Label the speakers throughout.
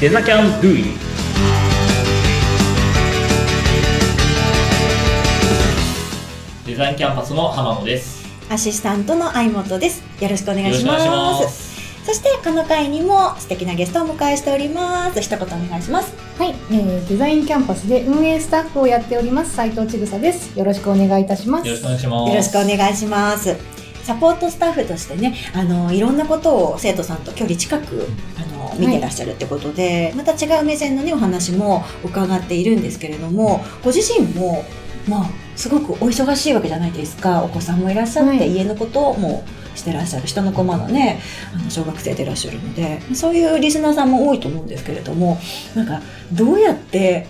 Speaker 1: デザキャンドゥイデザインキャンパスの浜野です。
Speaker 2: アシスタントの相本です。よろしくお願いします。
Speaker 1: よろしくお願いします。
Speaker 2: そしてこの回にも素敵なゲストをお迎えしております。一言お願いします。
Speaker 3: はい、えー、デザインキャンパスで運営スタッフをやっております斉藤千草です。よろしくお願いいたします。
Speaker 1: よろしくお願いします。
Speaker 2: よろしくお願いします。サポートスタッフとしてね、あのいろんなことを生徒さんと距離近くあの見てらっしゃるってことで、また違う目線のねお話も伺っているんですけれども、ご自身もまあすごくお忙しいわけじゃないですか。お子さんもいらっしゃって、
Speaker 3: はい
Speaker 2: 家のこともしてらっしゃる人の子まだねあの小学生でいらっしゃるのでそういうリスナーさんも多いと思うんですけれどもなんかどうやって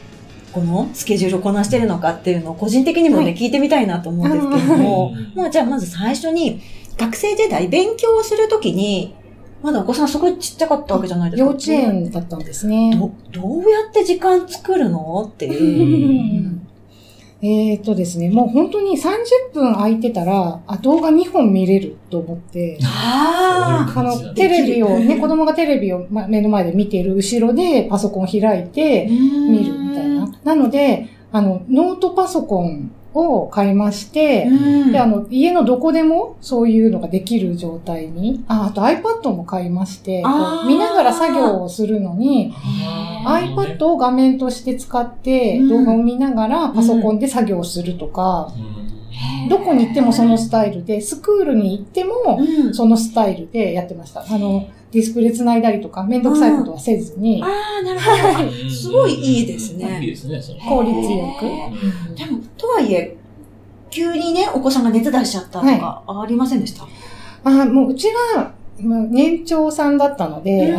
Speaker 2: このスケジュールをこなしてるのかっていうのを個人的にもね、
Speaker 3: はい
Speaker 2: 聞いてみたいなと思うんですけれども
Speaker 1: うん
Speaker 2: もうじゃあまず最初に学生時代勉強をするときにまだお子さんすごいちっちゃかったわけじゃないです
Speaker 3: 幼
Speaker 2: か。
Speaker 3: 稚園だったんですね。
Speaker 2: どどうやって時間作るのっていう。
Speaker 1: ん
Speaker 3: えーっとですね、もう本当に30分空いてたら、あ、動画2本見れると 思って、
Speaker 2: あ
Speaker 3: あの、テレビを、ね、子供がテレビをま目の前で見ている後ろでパソコン開いて見
Speaker 2: 見
Speaker 3: るみたいな。なので、あの、ノートパソコンを買いまして、で、あの、家のどこでもそういうのができる状態に、あ、あと iPad も買いまして、こ
Speaker 2: あー
Speaker 3: う見ながら作業をするのに、
Speaker 1: あー。
Speaker 3: iPad を画面として使って
Speaker 2: うん
Speaker 3: 動画を見ながらパソコンで作業するとか、
Speaker 2: うん
Speaker 3: どこに行ってもそのスタイルで、スクールに行っても
Speaker 2: うん
Speaker 3: そのスタイルでやってました。あの、ディスプレイ繋いだりとか、めんどくさいことはせずに、
Speaker 2: あーなるほど。
Speaker 1: うん
Speaker 2: すごいいいですね
Speaker 1: いいですね、それ。
Speaker 3: 効率よく。
Speaker 2: へでも、とはいえ、急にね、お子さんが熱出しちゃったとか、ありませんでした。
Speaker 3: あもううちが、まあ年長さんだったので、あ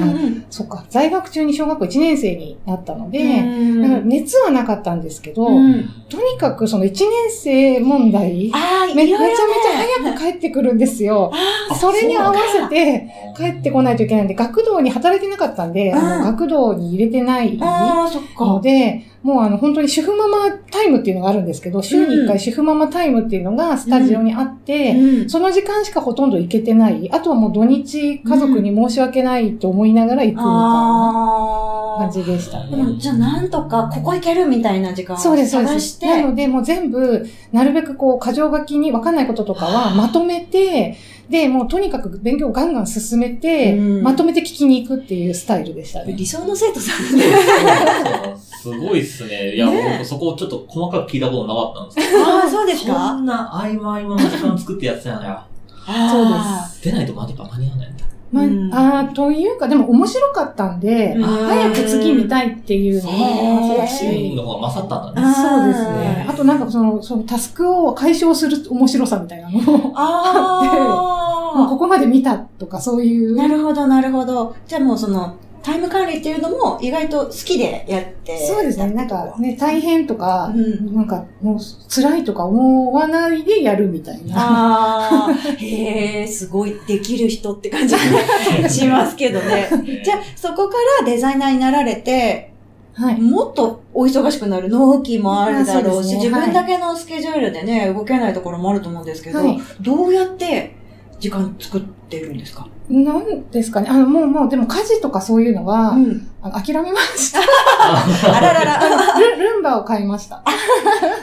Speaker 3: そっか、在学中に小学校1年生になったので、だから熱はなかったんですけど、
Speaker 2: うん
Speaker 3: とにかくその1年生問題、
Speaker 2: ああ、いろ
Speaker 3: め
Speaker 2: い
Speaker 3: めち
Speaker 2: ろ
Speaker 3: ゃめち
Speaker 2: ね
Speaker 3: ゃ早く帰ってくるんですよ。
Speaker 2: あ
Speaker 3: それに合わせて帰ってこない
Speaker 1: い。
Speaker 3: といけないんで、学童に働いてなかったんで、あ
Speaker 2: うん
Speaker 3: の学童に入れてない
Speaker 2: ああー、そっ
Speaker 3: の
Speaker 2: か。
Speaker 3: で、もうあの本当に主婦ママタイムっていうのがあるんですけど、週に1
Speaker 2: うん
Speaker 3: 回主婦ママタイムっていうのがスタジオにあって、
Speaker 2: うん
Speaker 3: その時間しかほとんど行けてない。あとはもう土日家族に申し訳ないと思いながら行くみたいな
Speaker 2: あ
Speaker 3: 感
Speaker 2: あ。
Speaker 3: じでした。
Speaker 2: でも、じゃあなんとか、ここ行けるみたいな時間を
Speaker 3: そう
Speaker 2: 探
Speaker 3: です、そうで
Speaker 2: し
Speaker 3: す。
Speaker 2: て。
Speaker 3: なので、もう全部、なるべくこう、過剰書きに分かんないこととかはまとめて、で、もうとにかく勉強をガンガン進めて、
Speaker 2: うん
Speaker 3: まとめて聞きに行くっていうスタイルでしたね。
Speaker 2: 理想の生徒さんね。
Speaker 1: すごいっすね。いや、
Speaker 2: ねえ
Speaker 1: 僕そこをちょっと細かく聞いたことなかったんですけど。
Speaker 2: ああ、そうです
Speaker 1: そ
Speaker 2: か
Speaker 1: んな合間合間の時間作ってやってたのよ。
Speaker 3: そう
Speaker 1: 出ないとまだ間に合わないんだ。
Speaker 3: ま
Speaker 2: うん
Speaker 3: あー、というか、でも面白かったんで、
Speaker 2: うん
Speaker 3: 早く次見たいっていうのもそうだし、
Speaker 2: へ
Speaker 1: の方が勝ったんだね。
Speaker 2: あ
Speaker 3: そうですね。
Speaker 2: あー
Speaker 3: あとなんかその、そのタスクを解消する面白さみたいなのを、もう
Speaker 2: あ
Speaker 3: ここまで見たとかそうい
Speaker 2: あ。
Speaker 3: う。
Speaker 2: なるほど、なるほど。じゃあもうその、タイム管理っていうのも意外と好きでやって。
Speaker 3: そうですね。なんかね、大変とか、
Speaker 2: うん
Speaker 3: なんかもう辛いとか思わないでやるみたいな。
Speaker 2: ああ、へえ、すごい、できる人って感じがしますけど ね。じゃあ、そこからデザイナーになられて、
Speaker 3: はい。
Speaker 2: もっとお忙しくなる納期もあるだろうし、
Speaker 3: あそうです
Speaker 2: 自
Speaker 3: ね
Speaker 2: 分だけのスケジュールでね、動けないところもあると思うんですけど、
Speaker 3: はい
Speaker 2: どうやって時間作ってるんですか
Speaker 3: なんですかね。あの、もうもう、でも家事とかそういうのは、
Speaker 2: うん。
Speaker 3: あの諦めま した。
Speaker 2: あららら、
Speaker 3: ルルンバを買いました。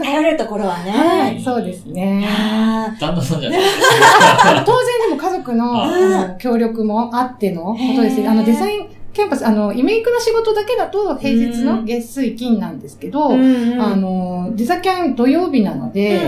Speaker 2: 頼れるところはね。
Speaker 3: はい。そうですね。
Speaker 2: あ
Speaker 1: 旦那さんじゃない
Speaker 3: あの当然でも家族の
Speaker 1: あ
Speaker 3: あの協力もあってのことです
Speaker 2: へー
Speaker 3: あの、デザインキャンパス、あの、イメイクの仕事だけだと平日
Speaker 2: う
Speaker 3: の
Speaker 2: ん
Speaker 3: 月水金なんですけ
Speaker 2: あ
Speaker 3: ど、あの、デザキャン土曜日なので、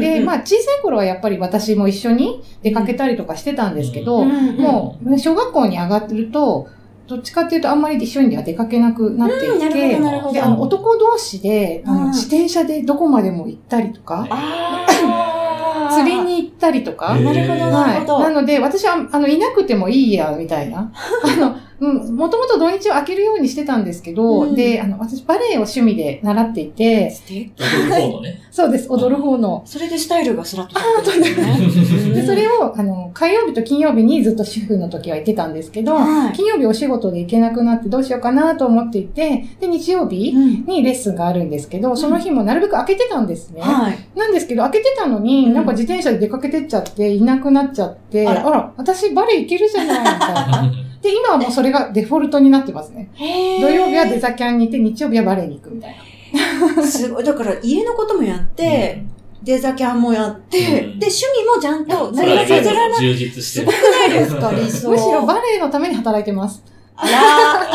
Speaker 3: で、まあ、小さい頃はやっぱり私も一緒に出かけたりとかしてたんですけど、もう、小学校に上がってると、どっちかっていうとあんまり一緒には出かけなくなって
Speaker 2: うん
Speaker 3: い
Speaker 2: なるほ
Speaker 3: て
Speaker 2: ど、なるほど
Speaker 3: で、あの、男同士で、あの
Speaker 2: うん
Speaker 3: 自転車でどこまでも行ったりとか、
Speaker 2: あー
Speaker 3: 釣りに行ったりとか、
Speaker 1: へー
Speaker 2: なるほど、なるほど。
Speaker 3: はい。なので、私は、あの、いなくてもいいや、みた いな。あの、うん、もともと土日を開けるようにしてたんですけど、
Speaker 2: うん
Speaker 3: で、あの、私、バレエを趣味で習っていて、
Speaker 2: 素敵
Speaker 1: そうね。
Speaker 3: そうです、踊る方の。
Speaker 2: それでスタイルがスラッとされてるん
Speaker 1: あ本当だ
Speaker 2: ね。
Speaker 3: で、そ
Speaker 2: を、
Speaker 3: れを、あの、火曜日と金曜日にずっと主婦の時は行ってたんですけど、
Speaker 2: はい
Speaker 3: 金曜日お仕事で行けなくなってどうしようかなと思っていて、で、日曜日
Speaker 2: うん
Speaker 3: にレッスンがあるんですけど、その日もなるべく開けてたんですね。
Speaker 2: はい。
Speaker 3: なんですけど、開けてたの
Speaker 2: う
Speaker 3: に、
Speaker 2: ん
Speaker 3: なんか自転車で出かけてっちゃって、いなくなっちゃって、
Speaker 2: あ
Speaker 3: あ
Speaker 2: ら
Speaker 3: ら、私バレエ行けるじゃない、みたいな。で、今はもうそれがデフォルトになってますね。
Speaker 2: へー
Speaker 3: 土曜日はデザキャンに行って、日曜日はバレエに行くみたいな。
Speaker 2: すごい。だから家のこともやって、デザキャンもやって、で、
Speaker 1: うん
Speaker 2: 趣味もちゃんと
Speaker 1: そ
Speaker 2: 何
Speaker 1: れ
Speaker 2: も
Speaker 1: は
Speaker 2: 削らない。
Speaker 1: 充実して
Speaker 2: す
Speaker 1: る
Speaker 2: ごく。ないですか、理想。
Speaker 3: むしろバレエのために働いてます。
Speaker 2: あら
Speaker 1: あ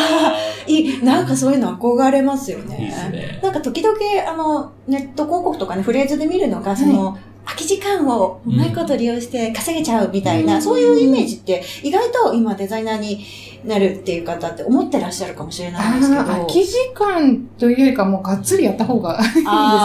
Speaker 2: ー いい、なんかそういうの憧れますよ
Speaker 1: ー
Speaker 2: ね。
Speaker 1: いいですね。
Speaker 2: なんか時々、あの、ネット広告とかね、フレーズで見るのが、
Speaker 3: い
Speaker 2: その、空き時間をうまいこと利用して稼げちゃうみたいな、そういうイメージって、意外と今デザイナーになるっていう方って思ってらっしゃるかもしれないんですけど。
Speaker 3: あー空き時間というよりかもうがっつりやった方が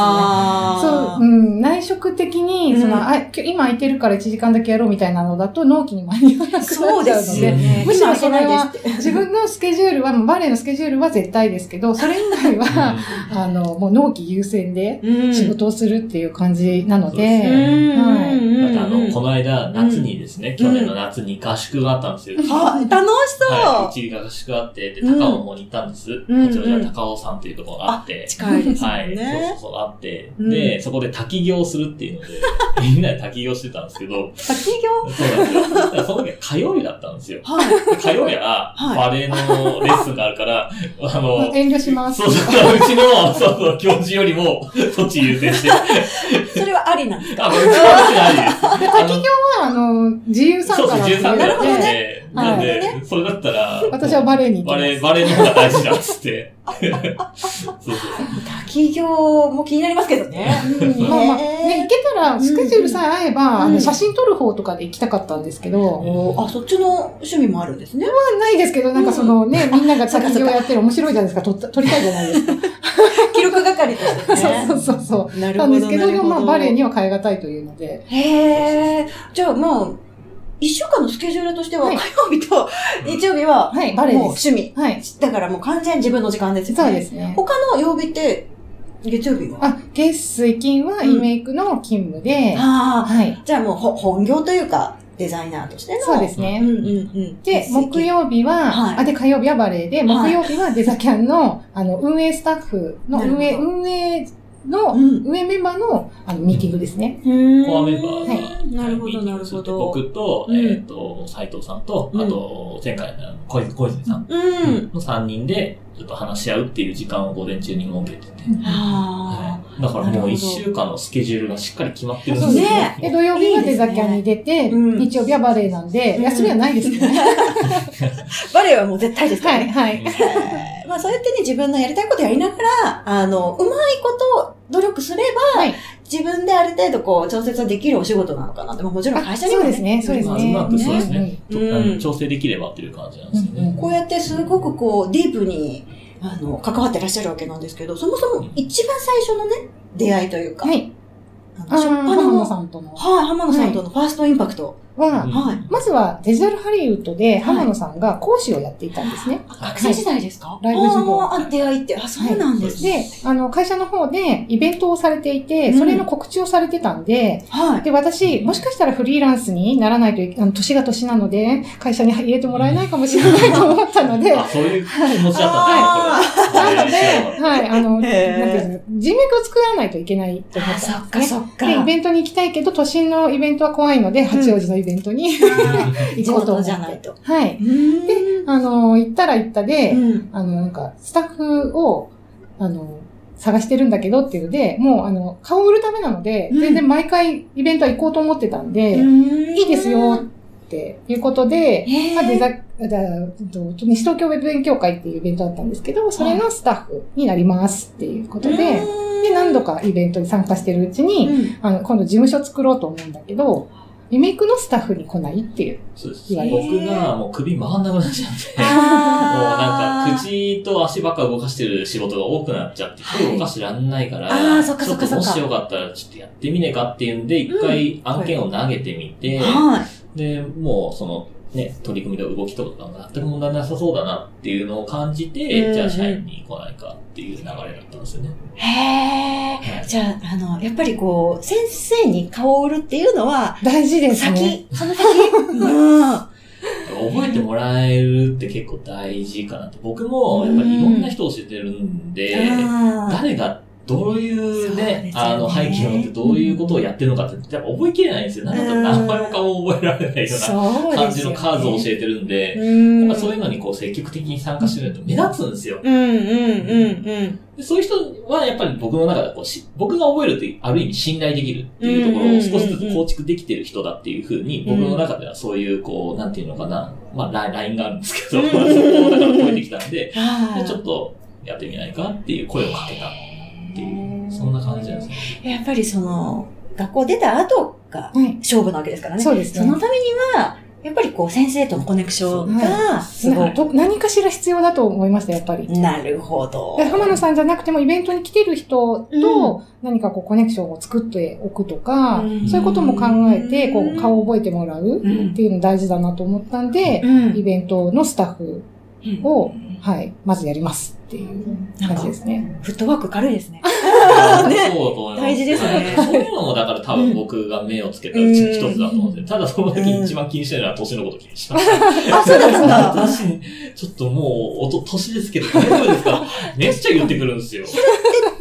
Speaker 2: あ
Speaker 3: そう、う
Speaker 2: ー
Speaker 3: ん、内職的に、その、
Speaker 2: うん
Speaker 3: あ今日今空いてるから1時間だけやろうみたいなのだと、納期に間に合わなくなっちゃう
Speaker 2: そ
Speaker 3: の
Speaker 2: う
Speaker 3: で、
Speaker 2: ですよね。
Speaker 3: むしろそれは
Speaker 2: 今開けないです
Speaker 3: 自分のスケジュールは、もうバレエのスケジュールは絶対ですけど、それ以外は、あの、もう納期優先で
Speaker 2: って。
Speaker 3: 仕事をするっていう感じなの
Speaker 1: そうです
Speaker 2: うん。
Speaker 1: ね
Speaker 3: で、はい
Speaker 2: うん
Speaker 1: またあの、こ
Speaker 2: の、
Speaker 1: の間、夏にですね、去年の夏に合宿があったんですよ。
Speaker 2: あ、楽し
Speaker 1: はい、う
Speaker 2: そ
Speaker 1: ち合宿があって、で、
Speaker 2: う
Speaker 1: 高
Speaker 2: ん
Speaker 1: 尾の方に行ったんです。こ
Speaker 2: んうん
Speaker 1: ちらじゃ高尾山っていうところがあって
Speaker 2: う。。近いですよ
Speaker 1: はい、そうそ
Speaker 2: ね
Speaker 1: う。そう、あって。
Speaker 2: うん
Speaker 1: で、そこで滝行するっていうので、 みんなで滝行してたんですけど、
Speaker 2: 先業
Speaker 1: そうなんですよ。だからその時は火曜日だったんですよ。
Speaker 2: はい。
Speaker 1: 火曜日は、
Speaker 2: はい
Speaker 1: バレエのレッスンがあるから、あ
Speaker 3: まあ
Speaker 1: の、
Speaker 3: 遠慮します。
Speaker 1: そうそう、うちの、そうそう、教授よりも、そっち優先 して。
Speaker 2: それはありなんです
Speaker 1: あ、うちの話じゃないです。
Speaker 3: で滝行は、あの、自由参
Speaker 1: そ
Speaker 3: 加
Speaker 1: うそう、
Speaker 3: な
Speaker 1: 13歳
Speaker 3: んですよ
Speaker 2: なる
Speaker 1: だっ
Speaker 2: ほ
Speaker 1: た
Speaker 2: ど
Speaker 1: ん
Speaker 2: ね
Speaker 1: で、なん
Speaker 2: なる
Speaker 1: で、それだったら、
Speaker 3: 私はバレエに行
Speaker 1: バ
Speaker 3: って
Speaker 1: レ
Speaker 3: ま
Speaker 1: ー、バレーの方が大事だっつって。そうそう
Speaker 2: 滝行も気になりますけどね。
Speaker 3: す。うんまあまあ、ね、行けたら、スケジュールさえ合えば、あ
Speaker 2: うん
Speaker 3: の写真撮る方とかで行きたかったんですけど、
Speaker 2: おあ、そっちの趣味もあるんですね。
Speaker 3: ないですけど、なんかそのね、みんなが
Speaker 2: そうか
Speaker 3: 作
Speaker 2: そう
Speaker 3: 業
Speaker 2: か
Speaker 3: やってる面白いじゃないですか、撮った撮りたいじゃないですか。
Speaker 2: 記録係と してね。
Speaker 3: そうそうそうそう。
Speaker 2: なる
Speaker 3: な
Speaker 2: ほど。
Speaker 3: んですけ
Speaker 2: な
Speaker 3: ど、
Speaker 2: るほ
Speaker 3: まあ、バレエには変えがたいというので。
Speaker 2: へえ。じゃあもう、一週間のスケジュールとしては、
Speaker 3: はい
Speaker 2: 火曜日と日曜日は、
Speaker 3: はい、バレエ
Speaker 2: もう
Speaker 3: です。
Speaker 2: 趣味。
Speaker 3: はい。
Speaker 2: だからもう完全に自分の時間ですよね。
Speaker 3: そうですね。
Speaker 2: 他の曜日って、月曜日は
Speaker 3: あ、月水金はイメイクの勤務で、
Speaker 2: あ
Speaker 3: はい。
Speaker 2: あ、じゃあもうほ本業というか、デザイナーとしての。。
Speaker 3: そうですす
Speaker 2: うん
Speaker 3: ね。
Speaker 2: うんうん。
Speaker 3: で、木曜日は、
Speaker 2: はい
Speaker 3: あ、で、火曜日はバレエで、木曜日はデザキャ ンの、あの、運営スタッフの、
Speaker 2: なるほ
Speaker 3: 運
Speaker 2: ど
Speaker 3: 営、運営の、
Speaker 2: うん。
Speaker 3: 運営メンバーの、あの、ミーティングですね。
Speaker 1: コ
Speaker 2: コ
Speaker 1: アメンバーが、
Speaker 2: なるほど、
Speaker 1: ミーティ
Speaker 2: な
Speaker 1: ン
Speaker 2: る
Speaker 1: グするっ
Speaker 2: ほ
Speaker 1: て
Speaker 2: ど。
Speaker 1: 僕と、
Speaker 2: うん
Speaker 1: えっと、斎藤さんと、あと、前回の小泉小泉さん
Speaker 2: うん。
Speaker 1: の3人で、ちょっと話し合うっていう時間を午前中に設けてて。
Speaker 2: あ
Speaker 1: はいだから
Speaker 2: なる
Speaker 1: も
Speaker 2: ほ
Speaker 1: う
Speaker 2: ど
Speaker 1: 1週間のスケジュールがしっかり決まってるん
Speaker 3: そ
Speaker 1: で
Speaker 3: う
Speaker 1: す
Speaker 3: です
Speaker 1: よ
Speaker 2: ね
Speaker 3: で、土曜日はデザキャンに出て、
Speaker 2: いですねうん
Speaker 3: 日曜日はバレエなんで、
Speaker 2: うん
Speaker 3: 休みはないですけどね。
Speaker 2: あ。バレエはもう絶対ですか
Speaker 3: は
Speaker 2: ら
Speaker 3: い、
Speaker 2: ね。
Speaker 3: はい。
Speaker 2: えーまあそうやってね、自分のやりたいことやりながら、あの、うまいことを努力すれば、
Speaker 3: はい
Speaker 2: 自分である程度こう、調節できるお仕事なのかなって、まあもちろん会社にも
Speaker 3: そうですね、そうですね。
Speaker 1: まあうまくそうですね
Speaker 3: ん
Speaker 1: ちょ
Speaker 2: うん
Speaker 1: あの調整できればっていう感じなんですよ
Speaker 3: うんうん
Speaker 1: ね。
Speaker 2: こうやってすごくこう、ディープに、あの、関わってらっしゃるわけなんですけど、そもそも一番最初のね、出会いというか、
Speaker 3: はい。
Speaker 2: あの、
Speaker 3: あー
Speaker 2: 初っ端
Speaker 3: 浜
Speaker 2: の、
Speaker 3: 野
Speaker 2: はい、
Speaker 3: さんとの。
Speaker 2: 浜野さんとのファーストインパクト。
Speaker 1: うん
Speaker 3: は、
Speaker 2: はい。
Speaker 3: まずはデジタルハリウッドで浜野さんが講師をやっていたんですね。
Speaker 2: 学生時代ですか、
Speaker 3: ライブ授業
Speaker 2: あーあ、出会いって、あ、そうなんですね。
Speaker 3: で、あの、会社の方でイベントをされていて、それの告知をされてたんで、
Speaker 2: はい。
Speaker 3: で、私、もしかしたらフリーランスにならないといけ、あの、年が年なので、会社に入れてもらえないかもしれないと思っ たので、
Speaker 1: あ、
Speaker 3: は
Speaker 1: そういう気持ちだ
Speaker 2: あ
Speaker 1: ったんですねこれ。
Speaker 3: い、あの、なんて
Speaker 2: へー
Speaker 3: いうの、人脈を作らないといけないと
Speaker 2: ー
Speaker 3: 思っ
Speaker 2: あー、そ
Speaker 3: たん
Speaker 2: っ
Speaker 3: です
Speaker 2: か
Speaker 3: ね。
Speaker 2: そっか。
Speaker 3: で、イベントに行きたいけど、都心のイベントは怖いので、八王子のイベントに行
Speaker 2: 地
Speaker 3: こう
Speaker 2: 元
Speaker 3: と思って。
Speaker 2: じゃないと。
Speaker 3: は
Speaker 2: で、
Speaker 3: い。あの、行ったら行ったで、
Speaker 2: うん。
Speaker 3: あの、なんか、スタッフを、あの、探してるんだけどっていうので、もう、あの、顔を売るためなので、
Speaker 2: うん
Speaker 3: 全然毎回イベントは行こうと思ってたんで、い
Speaker 2: い
Speaker 3: いですよ。っていうことで、
Speaker 2: へ
Speaker 3: まあ、デ
Speaker 2: ー
Speaker 3: ザだうんと西東京ウェブ勉強会っていうイベントだったんですけど、それのスタッフになりますっていうことで、で、何度かイベントに参加してるうち に、
Speaker 2: うん
Speaker 3: あの、今度事務所作ろうと思うんだけど、リメイクのスタッフに来ないっていう。
Speaker 1: そうです。僕がもう首回んなくなっちゃって。もう
Speaker 2: あ
Speaker 1: なんか
Speaker 2: ー
Speaker 1: 口と足ばっか動かしてる仕事が多くなっちゃって、
Speaker 2: はい
Speaker 1: 手動かしてらんないから、
Speaker 2: あーそっかそっ
Speaker 1: ちょ
Speaker 2: か
Speaker 1: っとも
Speaker 2: そっか
Speaker 1: しよかったらちょっとやってみねえかっていうんで、一回案件を投げてみて、
Speaker 2: はい。
Speaker 1: で、もうその、ね、取り組みの動きとかが全く問題なさそうだなっていうのを感じて、
Speaker 2: うん
Speaker 1: じゃあ社員に来ないかっていう流れだったんですよね。は
Speaker 2: へえ。
Speaker 1: い
Speaker 2: じゃあ、あの、やっぱりこう、先生に顔を売るっていうのは、
Speaker 3: 大事ですね。
Speaker 2: 先、その先。うん。
Speaker 1: 覚えてもらえるって結構大事かなと。僕もやっぱりいろんな人を教えてるんで、
Speaker 2: あー
Speaker 1: 誰がどういう
Speaker 2: そうです
Speaker 1: ね、
Speaker 2: よね
Speaker 1: あの、背景を持ってどういうことをやってるのかって、やっぱ覚えきれないんですよ。なんだったら
Speaker 2: うん
Speaker 1: 何倍もかも覚えられないよう
Speaker 2: そう
Speaker 1: な
Speaker 2: で
Speaker 1: 感
Speaker 2: す
Speaker 1: じの
Speaker 2: よね
Speaker 1: 数を教えてるんで、
Speaker 2: うん
Speaker 1: やっぱそういうのにこう積極的に参加してると目立つんですよ。
Speaker 2: うんうんうんうん。
Speaker 1: でそういう人はやっぱり僕の中でこうし、僕が覚えるってある意味信頼できるっていうところを少しずつ構築できてる人だっていうふうに、
Speaker 2: うんうん
Speaker 1: 僕の中ではそういうこう、なんていうのかな、まあライン、ラインがあるんですけど、そこをだから超えてきたんで、
Speaker 2: は
Speaker 1: でちょっとやってみないかっていう声をかけたっていう、そんな感じなんですね。
Speaker 2: い。やっぱりその、学校出た後が
Speaker 3: はい。
Speaker 2: 勝負なわけですからね。
Speaker 3: そうですね
Speaker 2: そのためには、やっぱりこう先生とのコネクションが、すご。
Speaker 3: ないと何かしら必要だと思いました、やっぱり。
Speaker 2: なるほど。
Speaker 3: で浜野さんじゃなくてもイベントに来てる人
Speaker 2: う
Speaker 3: と何かこうコネクションを作っておくとか、
Speaker 2: うん
Speaker 3: そういうことも考えて、こう顔を覚えてもらう
Speaker 2: う
Speaker 3: っ
Speaker 2: ん。
Speaker 3: ていうの大事だなと思ったんで、イベントのスタッフを、はい、まずやりますっていう
Speaker 2: なん
Speaker 3: 感
Speaker 2: か
Speaker 3: じですね。
Speaker 2: フットワーク軽いですね。
Speaker 1: そう
Speaker 2: ね
Speaker 1: だと思います。
Speaker 2: 大事ですね
Speaker 1: はいそういうのもだから多分僕が目をつけたうちの一つだと思うんですよ。ただその時に一番気にしてるのは年のこと気にします。
Speaker 2: あ、そうですか。
Speaker 1: 私、ちょっともう、おと、年ですけど、大丈夫です かめっちゃ言ってくるんですよ。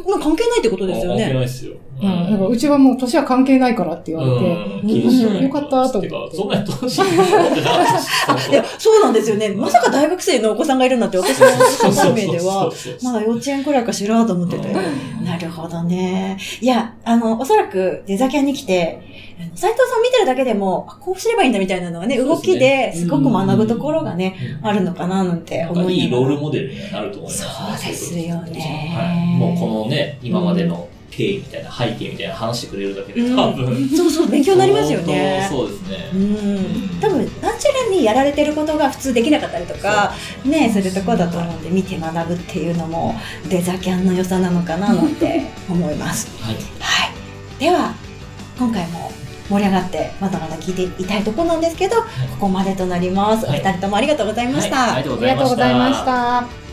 Speaker 2: ま あ関係ないってことですよ
Speaker 1: 関係
Speaker 2: ね。
Speaker 1: ないですよ。う
Speaker 3: うんなんか
Speaker 1: ん
Speaker 3: うちはもう年は関係ないからって言われて、
Speaker 1: うん気にしない。
Speaker 3: うんよかったと思っ
Speaker 1: て
Speaker 3: て
Speaker 1: か、そんなに 年になってなかったし。
Speaker 2: いや、そうなんですよね。まさか大学生のお子さんがいるなんて、私の
Speaker 1: そうそ
Speaker 2: 3
Speaker 1: う
Speaker 2: 名では、
Speaker 1: そうそうそう
Speaker 2: まだ幼稚園くらいかしらと思ってて。
Speaker 1: うん
Speaker 2: なるほどね。いや、あの、おそらくデザキャンに来て、あの斉藤さん見てるだけでも、あこうすればいいんだみたいなのはね、動きですごく学ぶところがね、、あるのかななんて
Speaker 1: なん
Speaker 2: 思
Speaker 1: かいい
Speaker 2: いな
Speaker 1: ロー
Speaker 2: が
Speaker 1: ル
Speaker 2: ら。
Speaker 1: モデルにはなると思います
Speaker 2: そうですよね
Speaker 1: はい。もうこのね、今までの経緯みたいな背景みたいな話してくれるだけで多分、
Speaker 2: そうそう、勉強になりますよね。
Speaker 1: そうそうです
Speaker 2: う
Speaker 1: ね。
Speaker 2: ん。多分、ナチュラルにやられてることが普通できなかったりとか、ね、するとこだと思うんで、見て学ぶっていうのも、デザキャンの良さなのかななんて思います。
Speaker 1: はい。
Speaker 2: はい。では、今回も盛り上がって、まだまだ聞いていたいところなんですけど、ここまでとなります。お
Speaker 1: はい
Speaker 2: 二人ともありがとうございました。
Speaker 1: はいありがとう
Speaker 3: ありがとうございました。